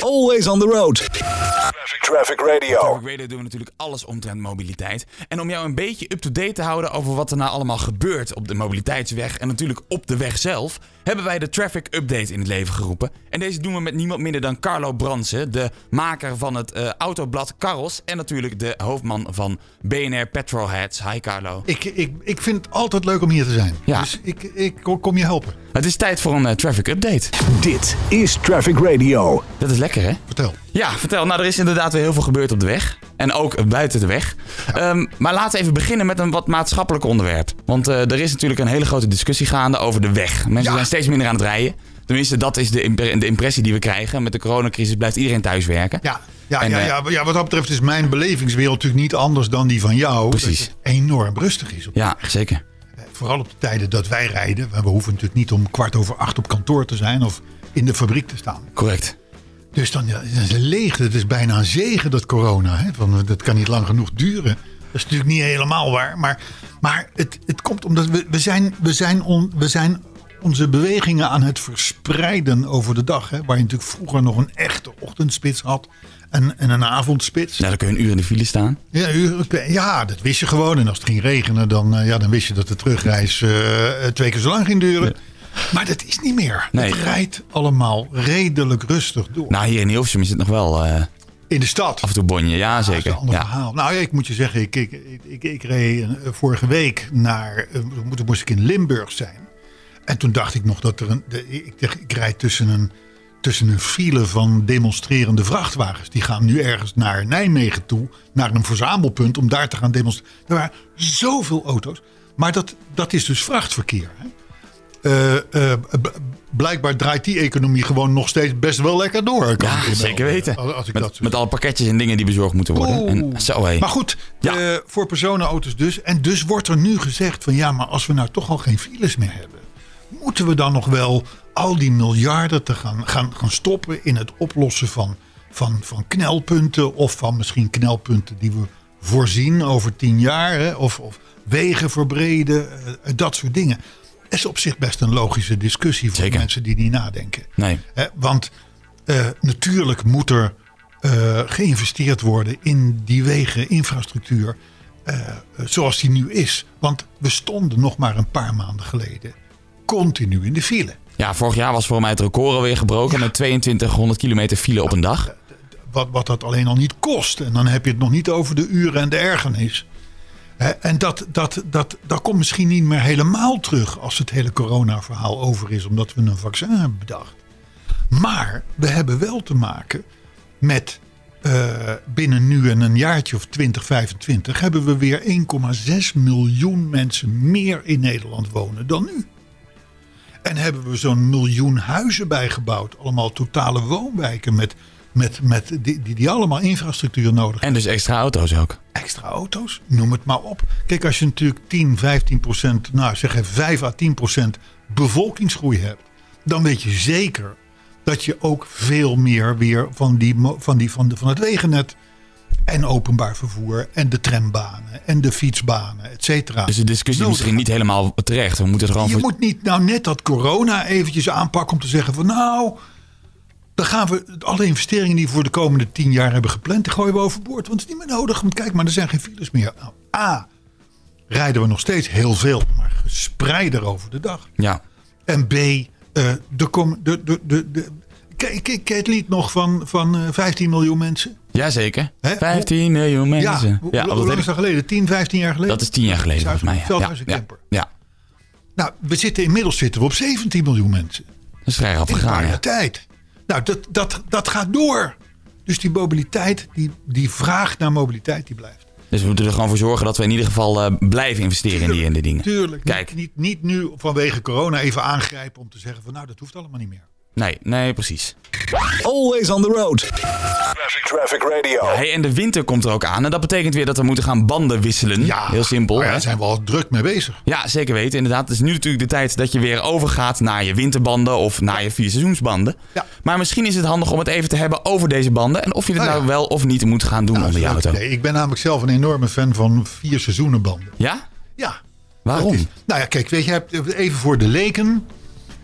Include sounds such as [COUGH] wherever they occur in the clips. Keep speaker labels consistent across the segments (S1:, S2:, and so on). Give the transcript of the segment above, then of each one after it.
S1: Always on the road.
S2: Traffic Radio.
S3: Traffic Radio doen we natuurlijk alles omtrent mobiliteit. En om jou een beetje up-to-date te houden over wat er nou allemaal gebeurt op de mobiliteitsweg en natuurlijk op de weg zelf, hebben wij de Traffic Update in het leven geroepen. En deze doen we met niemand minder dan Carlo Bransen, de maker van het eh, autoblad Carros en natuurlijk de hoofdman van BNR Petrolheads. Hi Carlo.
S4: Ik, ik, ik vind het altijd leuk om hier te zijn.
S3: Ja.
S4: Dus ik, ik kom je helpen.
S3: Het is tijd voor een eh, Traffic Update.
S1: Dit
S2: Is Traffic Radio.
S3: Dat is lekker hè?
S4: Vertel.
S3: Ja, vertel. Nou, er is inderdaad weer heel veel gebeurd op de weg. En ook buiten de weg. Ehm, maar laten we even beginnen met een wat maatschappelijk onderwerp. Want eh, er is natuurlijk een hele grote discussie gaande over de weg. Mensen zijn steeds minder aan het rijden. Tenminste, dat is de, impre- de impressie die we krijgen. Met de coronacrisis blijft iedereen thuis werken.
S4: Ja. Ja,
S3: En,
S4: ja,
S3: eh,
S4: ja, ja, wat dat betreft is mijn belevingswereld natuurlijk niet anders dan die van jou.
S3: Precies.
S4: Dat het enorm rustig is. Op,
S3: Ja, zeker.
S4: Vooral op de tijden dat wij rijden. We hoeven natuurlijk niet om kwart over acht op kantoor te zijn of in de fabriek te staan.
S3: Correct.
S4: Dus dan ja, het is leeg. Het is bijna een zegen dat corona. Hè? Van, dat kan niet lang genoeg duren. Dat is natuurlijk niet helemaal waar. Maar, maar het, het komt omdat we, we, zijn, we, zijn on, we zijn onze bewegingen aan het verspreiden over de dag. Hè? Waar je natuurlijk vroeger nog een echte ochtendspits had. En, en een avondspits.
S3: Nou, dan kun je een uur in de file staan.
S4: Ja, u- ja, dat wist je gewoon. En als het ging regenen, dan, eh, ja, dan wist je dat de terugreis eh, eh, twee keer zo lang ging duren. Maar dat is niet meer.
S3: Nee.
S4: Het rijdt allemaal redelijk rustig door.
S3: Nou, hier in Hilversum is het nog wel eh,
S4: In de stad.
S3: af en toe bonje. Ja,
S4: Dat is
S3: zeker.
S4: een ander
S3: Ja.
S4: verhaal. Nou ja, ik moet je zeggen, ik, ik, ik, ik, ik reed eh, vorige week naar, eh, mo- toen moest ik in Limburg zijn. En toen dacht ik nog dat er een, de- ik, ik, ik rijd tussen een, tussen een file van demonstrerende vrachtwagens. Die gaan nu ergens naar Nijmegen toe, naar een verzamelpunt om daar te gaan demonstreren. Er waren zoveel auto's. Maar dat, dat is dus vrachtverkeer. Hè? Eh, eh, b- blijkbaar draait die economie gewoon nog steeds best wel lekker door. kan ik je
S3: ja,
S4: melden.
S3: zeker weten.
S4: Als, als ik dat
S3: Met,
S4: zo
S3: met alle pakketjes en dingen die bezorgd moeten worden. En,
S4: Oeh.
S3: zo, hé.
S4: Maar goed,
S3: Ja.
S4: eh, voor personenauto's dus. En dus wordt er nu gezegd van ja, maar als we nou toch al geen files meer hebben, moeten we dan nog wel al die miljarden te gaan, gaan, gaan stoppen in het oplossen van, van, van knelpunten of van misschien knelpunten die we voorzien over tien jaar hè, of, of wegen verbreden, eh, dat soort dingen. is op zich best een logische discussie voor
S3: Zeker.
S4: mensen die niet nadenken.
S3: Nee.
S4: Hè, want eh, natuurlijk moet er eh, geïnvesteerd worden in die wegeninfrastructuur eh, zoals die nu is. Want we stonden nog maar een paar maanden geleden continu in de file.
S3: Ja, vorig jaar was voor mij het record alweer gebroken met 2200 kilometer file op een dag.
S4: Wat, wat dat alleen al niet kost. En dan heb je het nog niet over de uren en de ergernis. Hè, en dat, dat, dat, dat komt misschien niet meer helemaal terug als het hele corona-verhaal over is, omdat we een vaccin hebben bedacht. Maar we hebben wel te maken met eh, binnen nu en een jaartje of 2025 hebben we weer 1,6 miljoen mensen meer in Nederland wonen dan nu. En hebben we zo'n miljoen huizen bijgebouwd. Allemaal totale woonwijken met, met, met, die, die, die allemaal infrastructuur nodig
S3: En dus extra auto's ook.
S4: extra auto's, noem het maar op. Kijk, als je natuurlijk 10, 15 procent, nou zeg even 5 à 10 procent bevolkingsgroei hebt, dan weet je zeker dat je ook veel meer weer van, die, mo- van, die, van, de, van het wegennet en openbaar vervoer en de trambanen en de fietsbanen, et cetera.
S3: Dus de discussie is
S4: nodig
S3: misschien niet helemaal terecht. We moeten er gewoon
S4: je
S3: voor...
S4: moet niet nou net dat corona eventjes aanpakken om te zeggen van nou, dan gaan we alle investeringen die we voor de komende tien jaar hebben gepland, die gooien we overboord. Want het is niet meer nodig, want kijk maar, er zijn geen files meer. Nou, A, rijden we nog steeds heel veel, maar gespreider over de dag.
S3: Ja.
S4: En B, eh, de, kom- de, de, de, de, Kijk, kijk, kijk het lied nog van, van eh, 15 miljoen mensen.
S3: Jazeker.
S4: Hè?
S3: 15 miljoen mensen.
S4: hoe,
S3: Ja,
S4: hoe
S3: dat,
S4: lang
S3: weet
S4: is
S3: ik.
S4: dat geleden? 10, 15 jaar geleden?
S3: dat is 10 jaar geleden volgens mij. Ja, ja,
S4: Veldhuis en
S3: ja,
S4: Kemper.
S3: ja.
S4: Nou, we zitten, inmiddels zitten we op 17 miljoen mensen.
S3: dat is vrij rap
S4: in een
S3: gegaan.
S4: paar
S3: ja.
S4: jaar tijd. Nou, dat, dat, dat gaat door. Dus die mobiliteit, die, die vraag naar mobiliteit, die blijft.
S3: Dus we moeten er gewoon voor zorgen dat we in ieder geval eh, blijven investeren in die, in die dingen.
S4: Tuurlijk.
S3: Kijk.
S4: Niet, niet, niet nu vanwege corona even aangrijpen om te zeggen van nou, dat hoeft allemaal niet meer.
S3: Nee, nee, precies.
S1: Always on the road.
S2: Traffic Radio.
S3: Hey, en de winter komt er ook aan. En dat betekent weer dat we moeten gaan banden wisselen. Heel simpel.
S4: Maar ja,
S3: hè?
S4: daar zijn we al druk mee bezig.
S3: Ja, zeker weten. Inderdaad, het is nu natuurlijk de tijd dat je weer overgaat naar je winterbanden of naar je vierseizoensbanden.
S4: Ja.
S3: Maar misschien is het handig om het even te hebben over deze banden en of je het
S4: Nou
S3: nou,
S4: ja. Nou,
S3: wel of niet moet gaan doen onder je
S4: Leuk
S3: auto.
S4: idee. Ik ben namelijk zelf een enorme fan van vier seizoenenbanden.
S3: Ja?
S4: Ja.
S3: Waarom?
S4: Dat is- nou ja, kijk, weet je, je hebt even voor de leken.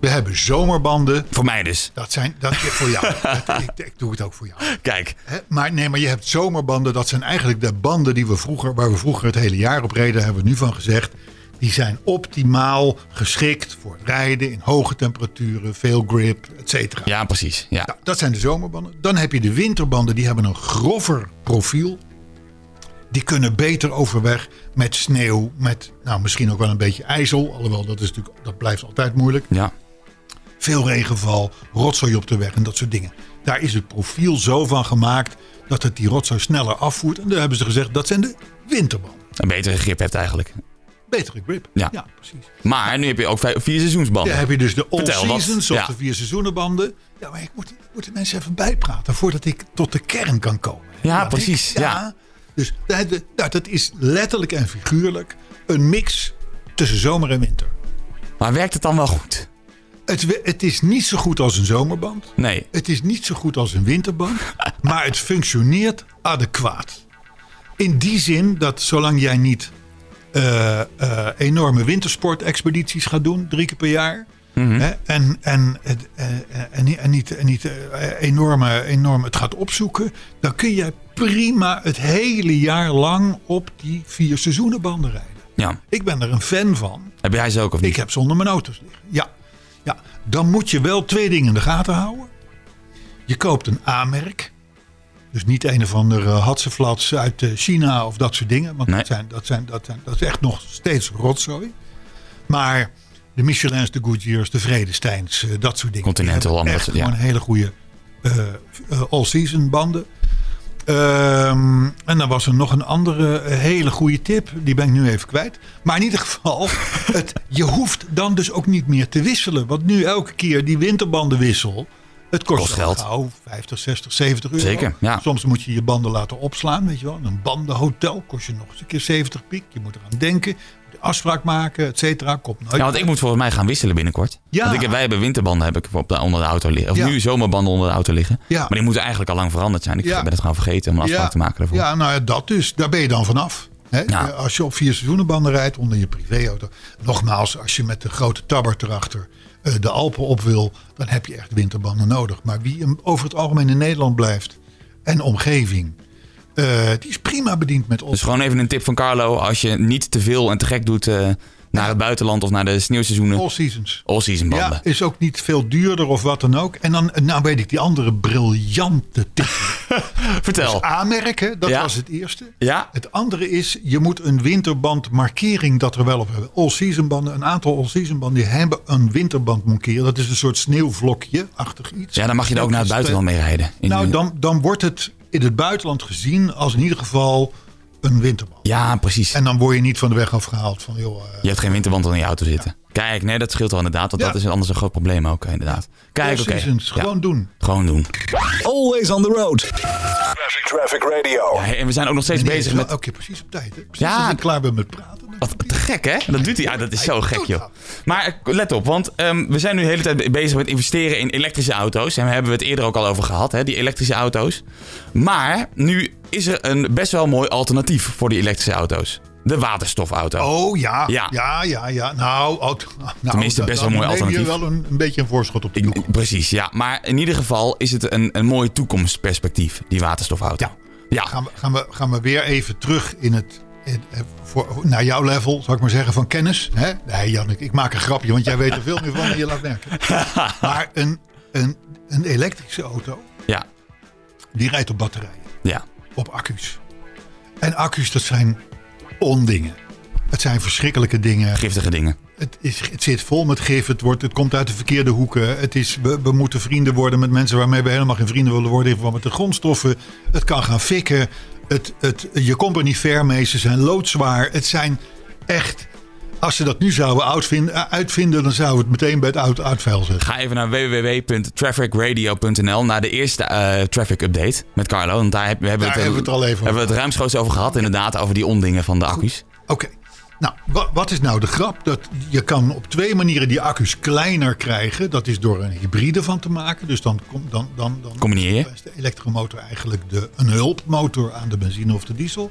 S4: We hebben zomerbanden.
S3: Voor mij dus.
S4: Dat zijn dat is voor
S3: [LAUGHS]
S4: jou. Dat- ik, ik doe het ook voor jou.
S3: Kijk,
S4: Hè, Maar nee, maar je hebt zomerbanden. Dat zijn eigenlijk de banden die we vroeger, waar we vroeger het hele jaar op reden, hebben we nu van gezegd. Die zijn optimaal geschikt voor het rijden in hoge temperaturen, veel grip, et cetera.
S3: ja, precies. Ja.
S4: Nou, dat zijn de zomerbanden. Dan heb je de winterbanden, die hebben een grover profiel. Die kunnen beter overweg met sneeuw, met nou, misschien ook wel een beetje ijzel. Alhoewel, dat, is natuurlijk, dat blijft altijd moeilijk.
S3: ja.
S4: Veel regenval, rotzooi op de weg en dat soort dingen. Daar is het profiel zo van gemaakt dat het die rotzooi sneller afvoert. En daar hebben ze gezegd, dat zijn de winterbanden.
S3: Een betere grip hebt eigenlijk.
S4: Betere grip.
S3: Ja.
S4: precies.
S3: Maar nu heb je ook vijf- vier seizoensbanden.
S4: Dan heb je dus de all
S3: Vertel, wat-
S4: seasons of
S3: ja.
S4: de vier seizoenenbanden. Ja, maar ik moet, ik moet de mensen even bijpraten voordat ik tot de kern kan komen.
S3: Ja,
S4: Dat
S3: precies,
S4: ik-
S3: ja.
S4: Dus daar hebben we- nou, dat is letterlijk en figuurlijk een mix tussen zomer en winter.
S3: Maar werkt het dan wel goed?
S4: Het, we- het is niet zo goed als een zomerband.
S3: Nee.
S4: Het is niet zo goed als een winterband, maar het functioneert adequaat. In die zin dat zolang jij niet eh, eh, enorme wintersportexpedities gaat doen, drie keer per jaar. Hè, en, en, het, eh, eh, en, niet- en niet, en niet eh, enorme, enorm het gaat opzoeken. Dan kun jij prima het hele jaar lang op die vier seizoenenbanden rijden.
S3: Ja.
S4: Ik ben er een fan van.
S3: Heb jij ze ook of niet?
S4: Ik heb ze onder mijn auto's liggen. Ja. ja. Dan moet je wel twee dingen in de gaten houden. Je koopt een A-merk. Dus niet een of andere hatseflats uit eh, China of dat soort dingen. Want
S3: Nee.
S4: dat, zijn, dat, zijn, dat, zijn, dat is echt nog steeds rotzooi. Maar de Michelins, de Goodyears, de Vredesteins, eh, dat soort dingen.
S3: Continental,
S4: Die hebben
S3: allemaal
S4: echt
S3: dat soort- ja.
S4: gewoon hele goede eh, all-season banden. Ehm, en dan was er nog een andere eh, hele goede tip. Die ben ik nu even kwijt. Maar in ieder
S3: [LAUGHS]
S4: geval, het, je hoeft dan dus ook niet meer te wisselen. Want nu elke keer die winterbandenwissel. Het kost,
S3: Kost
S4: wel
S3: geld.
S4: gauw 50, 60, 70 euro.
S3: Zeker, ja.
S4: Soms moet je je banden laten opslaan. Weet je wel. En Een bandenhotel kost je nog eens een keer 70 piek. Je moet eraan denken. Je moet Afspraak maken, et cetera. Komt nooit.
S3: Ja, want ik moet volgens mij gaan wisselen binnenkort.
S4: Ja.
S3: Want ik, heb- wij hebben winterbanden heb ik op de, onder de auto liggen. Of
S4: Ja.
S3: nu zomerbanden onder de auto liggen.
S4: Ja.
S3: Maar die moeten eigenlijk al lang veranderd zijn. Ik
S4: Ja.
S3: ben het gewoon vergeten om een afspraak te maken daarvoor.
S4: Ja, nou ja, dat dus. Daar ben je dan vanaf. Hè?
S3: Ja.
S4: Eh, Als je op vier seizoenenbanden rijdt onder je privéauto. Nogmaals, als je met de grote tabbert erachter eh, de Alpen op wil, dan heb je echt winterbanden nodig. Maar wie hem over het algemeen in Nederland blijft en omgeving, eh, die is prima bediend met ons.
S3: Dus gewoon even een tip van Carlo. Als je niet te veel en te gek doet eh, naar het buitenland of naar de sneeuwseizoenen.
S4: All seasons.
S3: All-season banden.
S4: Ja, is ook niet veel duurder of wat dan ook. En dan, nou weet ik, die andere briljante tip.
S3: [LAUGHS] Vertel.
S4: Dus Aanmerken, dat
S3: Ja.
S4: was het eerste.
S3: Ja?
S4: Het andere is, je moet een winterbandmarkering dat er wel op hebben. All-season banden, een aantal all-season banden die hebben een winterband markeren. Dat is een soort sneeuwvlokje-achtig iets.
S3: ja, dan mag je er ook naar het
S4: Dat is
S3: buitenland mee rijden.
S4: de-
S3: In-
S4: Nou, dan, dan wordt het in het buitenland gezien als in ieder geval een winterband.
S3: Ja, precies.
S4: En dan word je niet van de weg afgehaald van, joh, eh,
S3: Je hebt geen winterband in je auto zitten. Kijk, nee, dat scheelt wel inderdaad. Want
S4: Ja.
S3: dat is anders een groot probleem ook, eh, inderdaad. Kijk, oké.
S4: all-seasons,
S3: Ja,
S4: gewoon doen.
S3: gewoon doen.
S1: Always on the road.
S2: Traffic, traffic radio.
S3: Ja, en we zijn ook nog steeds
S4: Nee,
S3: bezig
S4: wel
S3: met...
S4: elke keer precies op tijd. Hè? Precies
S3: Ja.
S4: als ik klaar ben met praten. dan
S3: Wat te gek, hè? Dat doet hij. Ja, dat is zo
S4: Hij
S3: gek,
S4: doet
S3: joh.
S4: dat.
S3: Maar eh, let op, want ehm, we zijn nu de hele tijd bezig met investeren in elektrische auto's. En daar hebben we het eerder ook al over gehad, hè, die elektrische auto's. Maar nu is er een best wel mooi alternatief voor die elektrische auto's. De waterstofauto.
S4: Oh ja,
S3: Ja.
S4: ja, ja, ja. Nou, ook, nou
S3: Tenminste, best
S4: dan
S3: wel een mooi
S4: neem je
S3: alternatief.
S4: wel een, een beetje een voorschot op de
S3: Ik-
S4: toekomst.
S3: precies, ja. Maar in ieder geval is het een, een mooi toekomstperspectief, die waterstofauto.
S4: Ja.
S3: Ja,
S4: Gaan we, gaan, we, gaan we weer even terug in het, in- eh, voor, naar jouw level, zou ik maar zeggen, van kennis. Hè? Nee, Jannik, ik maak een grapje, want jij weet er veel meer van dan je
S3: [LAUGHS]
S4: laat merken. Maar een, een, een elektrische auto,
S3: ja,
S4: die rijdt op batterijen,
S3: ja.
S4: op accu's. En accu's, dat zijn ondingen. Het zijn verschrikkelijke dingen.
S3: Giftige dingen.
S4: Het, is, het zit vol met gif. Het, wordt, het komt uit de verkeerde hoeken. Het is, we, we moeten vrienden worden met mensen waarmee we helemaal geen vrienden willen worden. In verband met de grondstoffen. Het kan gaan fikken. Het, het, je komt er niet ver mee. Ze zijn loodzwaar. Het zijn echt. Als ze dat nu zouden uitvinden, uitvinden dan zouden we het meteen bij het oud uitvuil zetten.
S3: Ga even naar www.trafficradio.nl naar de eerste eh, traffic update met Carlo. Want daar heb- we hebben,
S4: Daar
S3: het,
S4: hebben we het al even over
S3: hebben we het ruimschoots over gehad. Inderdaad, over die ondingen van de accu's.
S4: Oké. Nou, wat, wat is nou de grap? Dat je kan op twee manieren die accu's kleiner krijgen. Dat is door een hybride van te maken. Dus dan, kom, dan, dan, dan
S3: Combineer je?
S4: Dan is de elektromotor eigenlijk de, een hulpmotor aan de benzine of de diesel.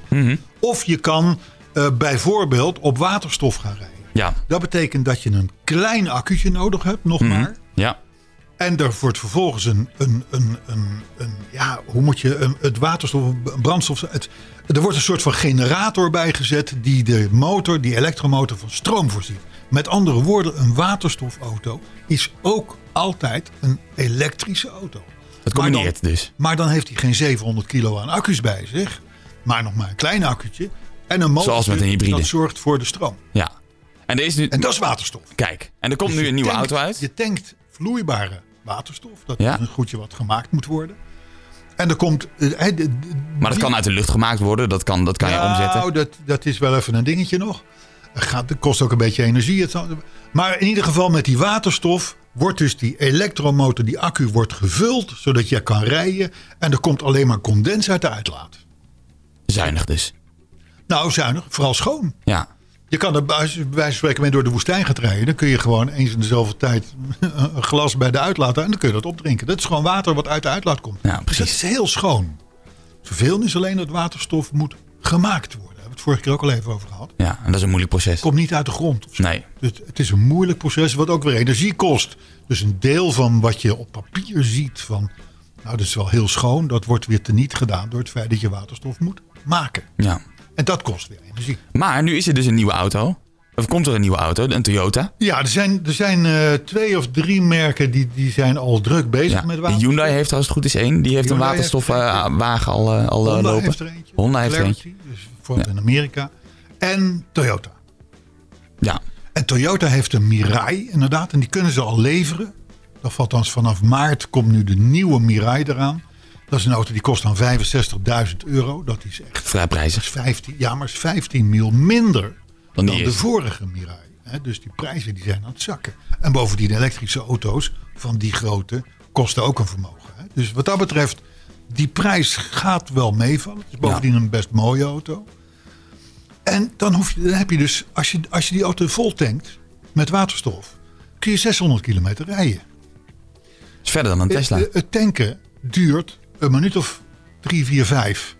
S4: Of je kan eh, bijvoorbeeld op waterstof gaan rijden.
S3: Ja.
S4: Dat betekent dat je een klein accu'tje nodig hebt, nog maar.
S3: Ja.
S4: En er wordt vervolgens een, een, een, een, een ja, hoe moet je, een- het waterstof, een brandstof, het, er wordt een soort van generator bijgezet die de motor, die elektromotor van stroom voorziet. Met andere woorden, een waterstofauto is ook altijd een elektrische auto.
S3: Het
S4: Maar dan-
S3: combineert dus.
S4: Maar dan heeft hij geen 700 kilo aan accu's bij zich, maar nog maar een klein accu'tje en een motor
S3: Zoals met een hybride.
S4: dat zorgt voor de stroom.
S3: Ja. En er is nu...
S4: En dat is waterstof.
S3: Kijk, en er komt nu
S4: Je
S3: een nieuwe
S4: tankt-
S3: auto uit.
S4: Je tankt vloeibare waterstof. Dat
S3: Ja.
S4: is een goedje wat gemaakt moet worden. En er komt... eh, eh, de- de-
S3: Maar dat
S4: die-
S3: kan uit de lucht gemaakt worden. Dat kan, dat kan je omzetten.
S4: Nou, dat, dat is wel even een dingetje nog. Het gaat, het kost ook een beetje energie. Het zal- maar in ieder geval met die waterstof wordt dus die elektromotor, die accu wordt gevuld. Zodat je kan rijden. En er komt alleen maar condens uit de uitlaat.
S3: Zuinig dus.
S4: Nou, zuinig. Vooral schoon.
S3: Ja.
S4: Je kan er bij wijze bij wijze van spreken mee door de woestijn gaat rijden. Dan kun je gewoon eens in dezelfde tijd [LAUGHS] een glas bij de uitlaat en dan kun je dat opdrinken. Dat is gewoon water wat uit de uitlaat komt.
S3: Ja, precies.
S4: Dus dat is heel schoon. Vervelend is alleen dat waterstof moet gemaakt worden. Daar hebben we het vorige keer ook al even over gehad. Het
S3: Ja, en dat is een moeilijk proces.
S4: komt niet uit de grond. Of zo.
S3: Nee.
S4: Het, het is een moeilijk proces wat ook weer energie kost. Dus een deel van wat je op papier ziet van... nou, dat is wel heel schoon. Dat wordt weer teniet gedaan door het feit dat je waterstof moet maken.
S3: Ja.
S4: En dat kost weer energie.
S3: Maar nu is er dus een nieuwe auto. Of komt er een nieuwe auto, een Toyota.
S4: Ja, er zijn, er zijn eh, twee of drie merken die, die zijn al druk bezig
S3: Ja.
S4: met
S3: Die
S4: waterstof.
S3: Hyundai heeft er als het goed is één. Die heeft een
S4: Hyundai
S3: waterstofwagen al, eh, al eh,
S4: Honda
S3: lopen.
S4: heeft er eentje.
S3: Honda heeft er
S4: Clarity,
S3: eentje.
S4: Dus voor in Amerika. En Toyota.
S3: Ja.
S4: En Toyota heeft een Mirai inderdaad. En die kunnen ze al leveren. Dat valt althans vanaf maart komt nu de nieuwe Mirai eraan. Dat is een auto die kost dan 65.000 euro. Dat is echt
S3: Vrij
S4: dat
S3: prijzig.
S4: is 15, ja, maar is 15 mil minder
S3: Dan
S4: dan,
S3: die
S4: de
S3: eerste.
S4: vorige Mirai. hè. dus die prijzen die zijn aan het zakken. En bovendien elektrische auto's van die grootte kosten ook een vermogen. hè. Dus wat dat betreft, die prijs gaat wel meevallen. Het is bovendien een best mooie auto. En dan, hoef je, dan heb je dus, als je, als je die auto vol tankt met waterstof, kun je 600 kilometer rijden.
S3: Is verder
S4: Eh,
S3: dan een Tesla.
S4: Het, het tanken duurt een minuut of drie, vier, vijf.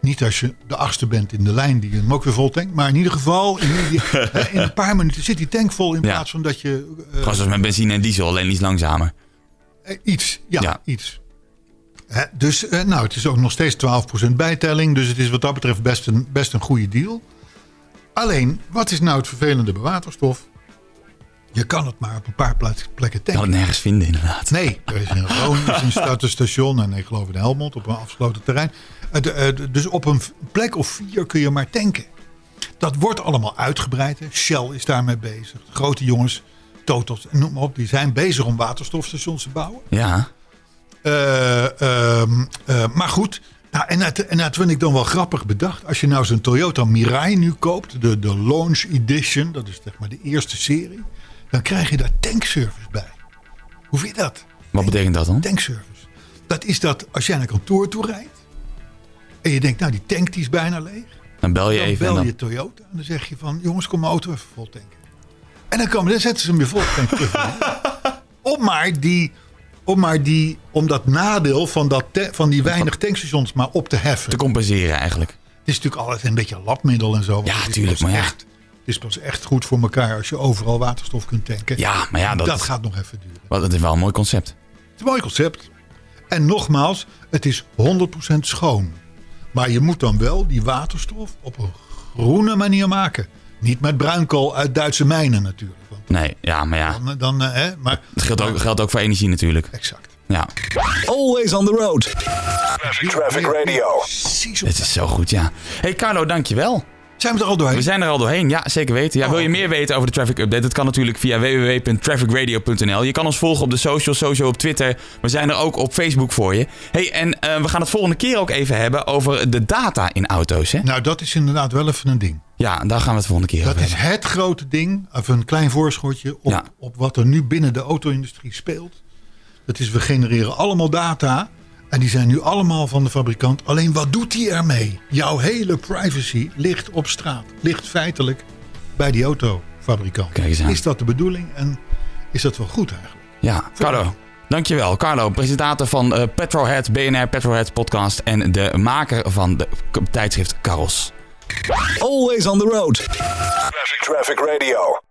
S4: Niet als je de achtste bent in de lijn die hem ook weer vol tankt. Maar in ieder geval, in,
S3: [LAUGHS]
S4: die- hè, in een paar minuten zit die tank vol. In
S3: Ja.
S4: plaats van dat je eh,
S3: Gewoon zoals met benzine en diesel, alleen iets langzamer.
S4: eh, iets, ja,
S3: Ja.
S4: iets. Hè, dus eh, nou, het is ook nog steeds 12% bijtelling. Dus het is wat dat betreft best een, best een goede deal. Alleen, wat is nou het vervelende bij waterstof? Je kan het maar op een paar plaats- plekken
S3: Ik
S4: tanken.
S3: kan het nergens vinden, inderdaad.
S4: Nee, er is in Groningen is een starterstation en ik geloof in Helmond op een afgesloten terrein. Het, eh, d- dus op een v- plek of vier kun je maar tanken. Dat wordt allemaal uitgebreid. hè. Shell is daarmee bezig. De grote jongens, Totals, noem maar op, die zijn bezig om waterstofstations te bouwen.
S3: Ja.
S4: Eh, ehm, eh, maar goed, nou, en, dat, en dat vind ik dan wel grappig bedacht. Als je nou zo'n Toyota Mirai nu koopt, de, de Launch Edition, dat is zeg maar de eerste serie, dan krijg je daar tankservice bij. Hoe vind je dat?
S3: Wat betekent dat dan?
S4: tankservice. Dat is dat als jij naar kantoor toe rijdt en je denkt, nou die tank die is bijna leeg.
S3: Dan bel je
S4: Dan
S3: even en
S4: bel
S3: dan...
S4: je Toyota en dan zeg je van, jongens kom mijn auto even vol tanken. En dan, komen, dan zetten ze hem weer vol tank terug.
S3: [LAUGHS]
S4: om, maar die, om maar die, om dat nadeel van, dat ta- van die weinig tankstations maar op te heffen.
S3: te compenseren eigenlijk.
S4: Het is natuurlijk altijd een beetje een labmiddel en zo. want
S3: Ja,
S4: het is
S3: tuurlijk,
S4: pas
S3: maar ja.
S4: Echt, het is pas echt goed voor elkaar als je overal waterstof kunt tanken.
S3: Ja, maar ja, dat,
S4: dat gaat nog even duren.
S3: Wat, dat is wel een mooi concept.
S4: Het is een mooi concept. En nogmaals, het is 100% schoon. Maar je moet dan wel die waterstof op een groene manier maken. Niet met bruinkool uit Duitse mijnen natuurlijk. Want
S3: Nee, ja, maar ja.
S4: dan, dan, eh, hè, maar
S3: Het geldt ook, geldt ook voor energie natuurlijk.
S4: exact.
S3: Ja,
S1: Always on the road.
S2: Classic Traffic Radio.
S4: Precies. op-
S3: het is zo goed, ja. hey Carlo, dankjewel.
S4: Zijn we er al doorheen?
S3: We zijn er al doorheen, ja, zeker weten.
S4: Oh,
S3: Ja, wil je meer weten over de Traffic Update? Dat kan natuurlijk via www.trafficradio.nl. Je kan ons volgen op de socials, sowieso op Twitter. We zijn er ook op Facebook voor je. hey, en eh, we gaan het volgende keer ook even hebben over de data in auto's, hè?
S4: Nou, dat is inderdaad wel even een ding.
S3: Ja, daar gaan we het volgende keer
S4: Dat
S3: over
S4: is
S3: hebben.
S4: het grote ding. Even een klein voorschotje op,
S3: Ja.
S4: op wat er nu binnen de auto-industrie speelt. Dat is, we genereren allemaal data. En die zijn nu allemaal van de fabrikant. Alleen wat doet die ermee? Jouw hele privacy ligt op straat. Ligt feitelijk bij die autofabrikant.
S3: Kijk eens aan.
S4: Is dat de bedoeling? En is dat wel goed eigenlijk?
S3: Ja, Carlo. Dankjewel. Carlo, presentator van eh, Petrohead, BNR Petrohead podcast en de maker van de k- tijdschrift Karos.
S1: Always on the road.
S2: Classic Traffic Radio.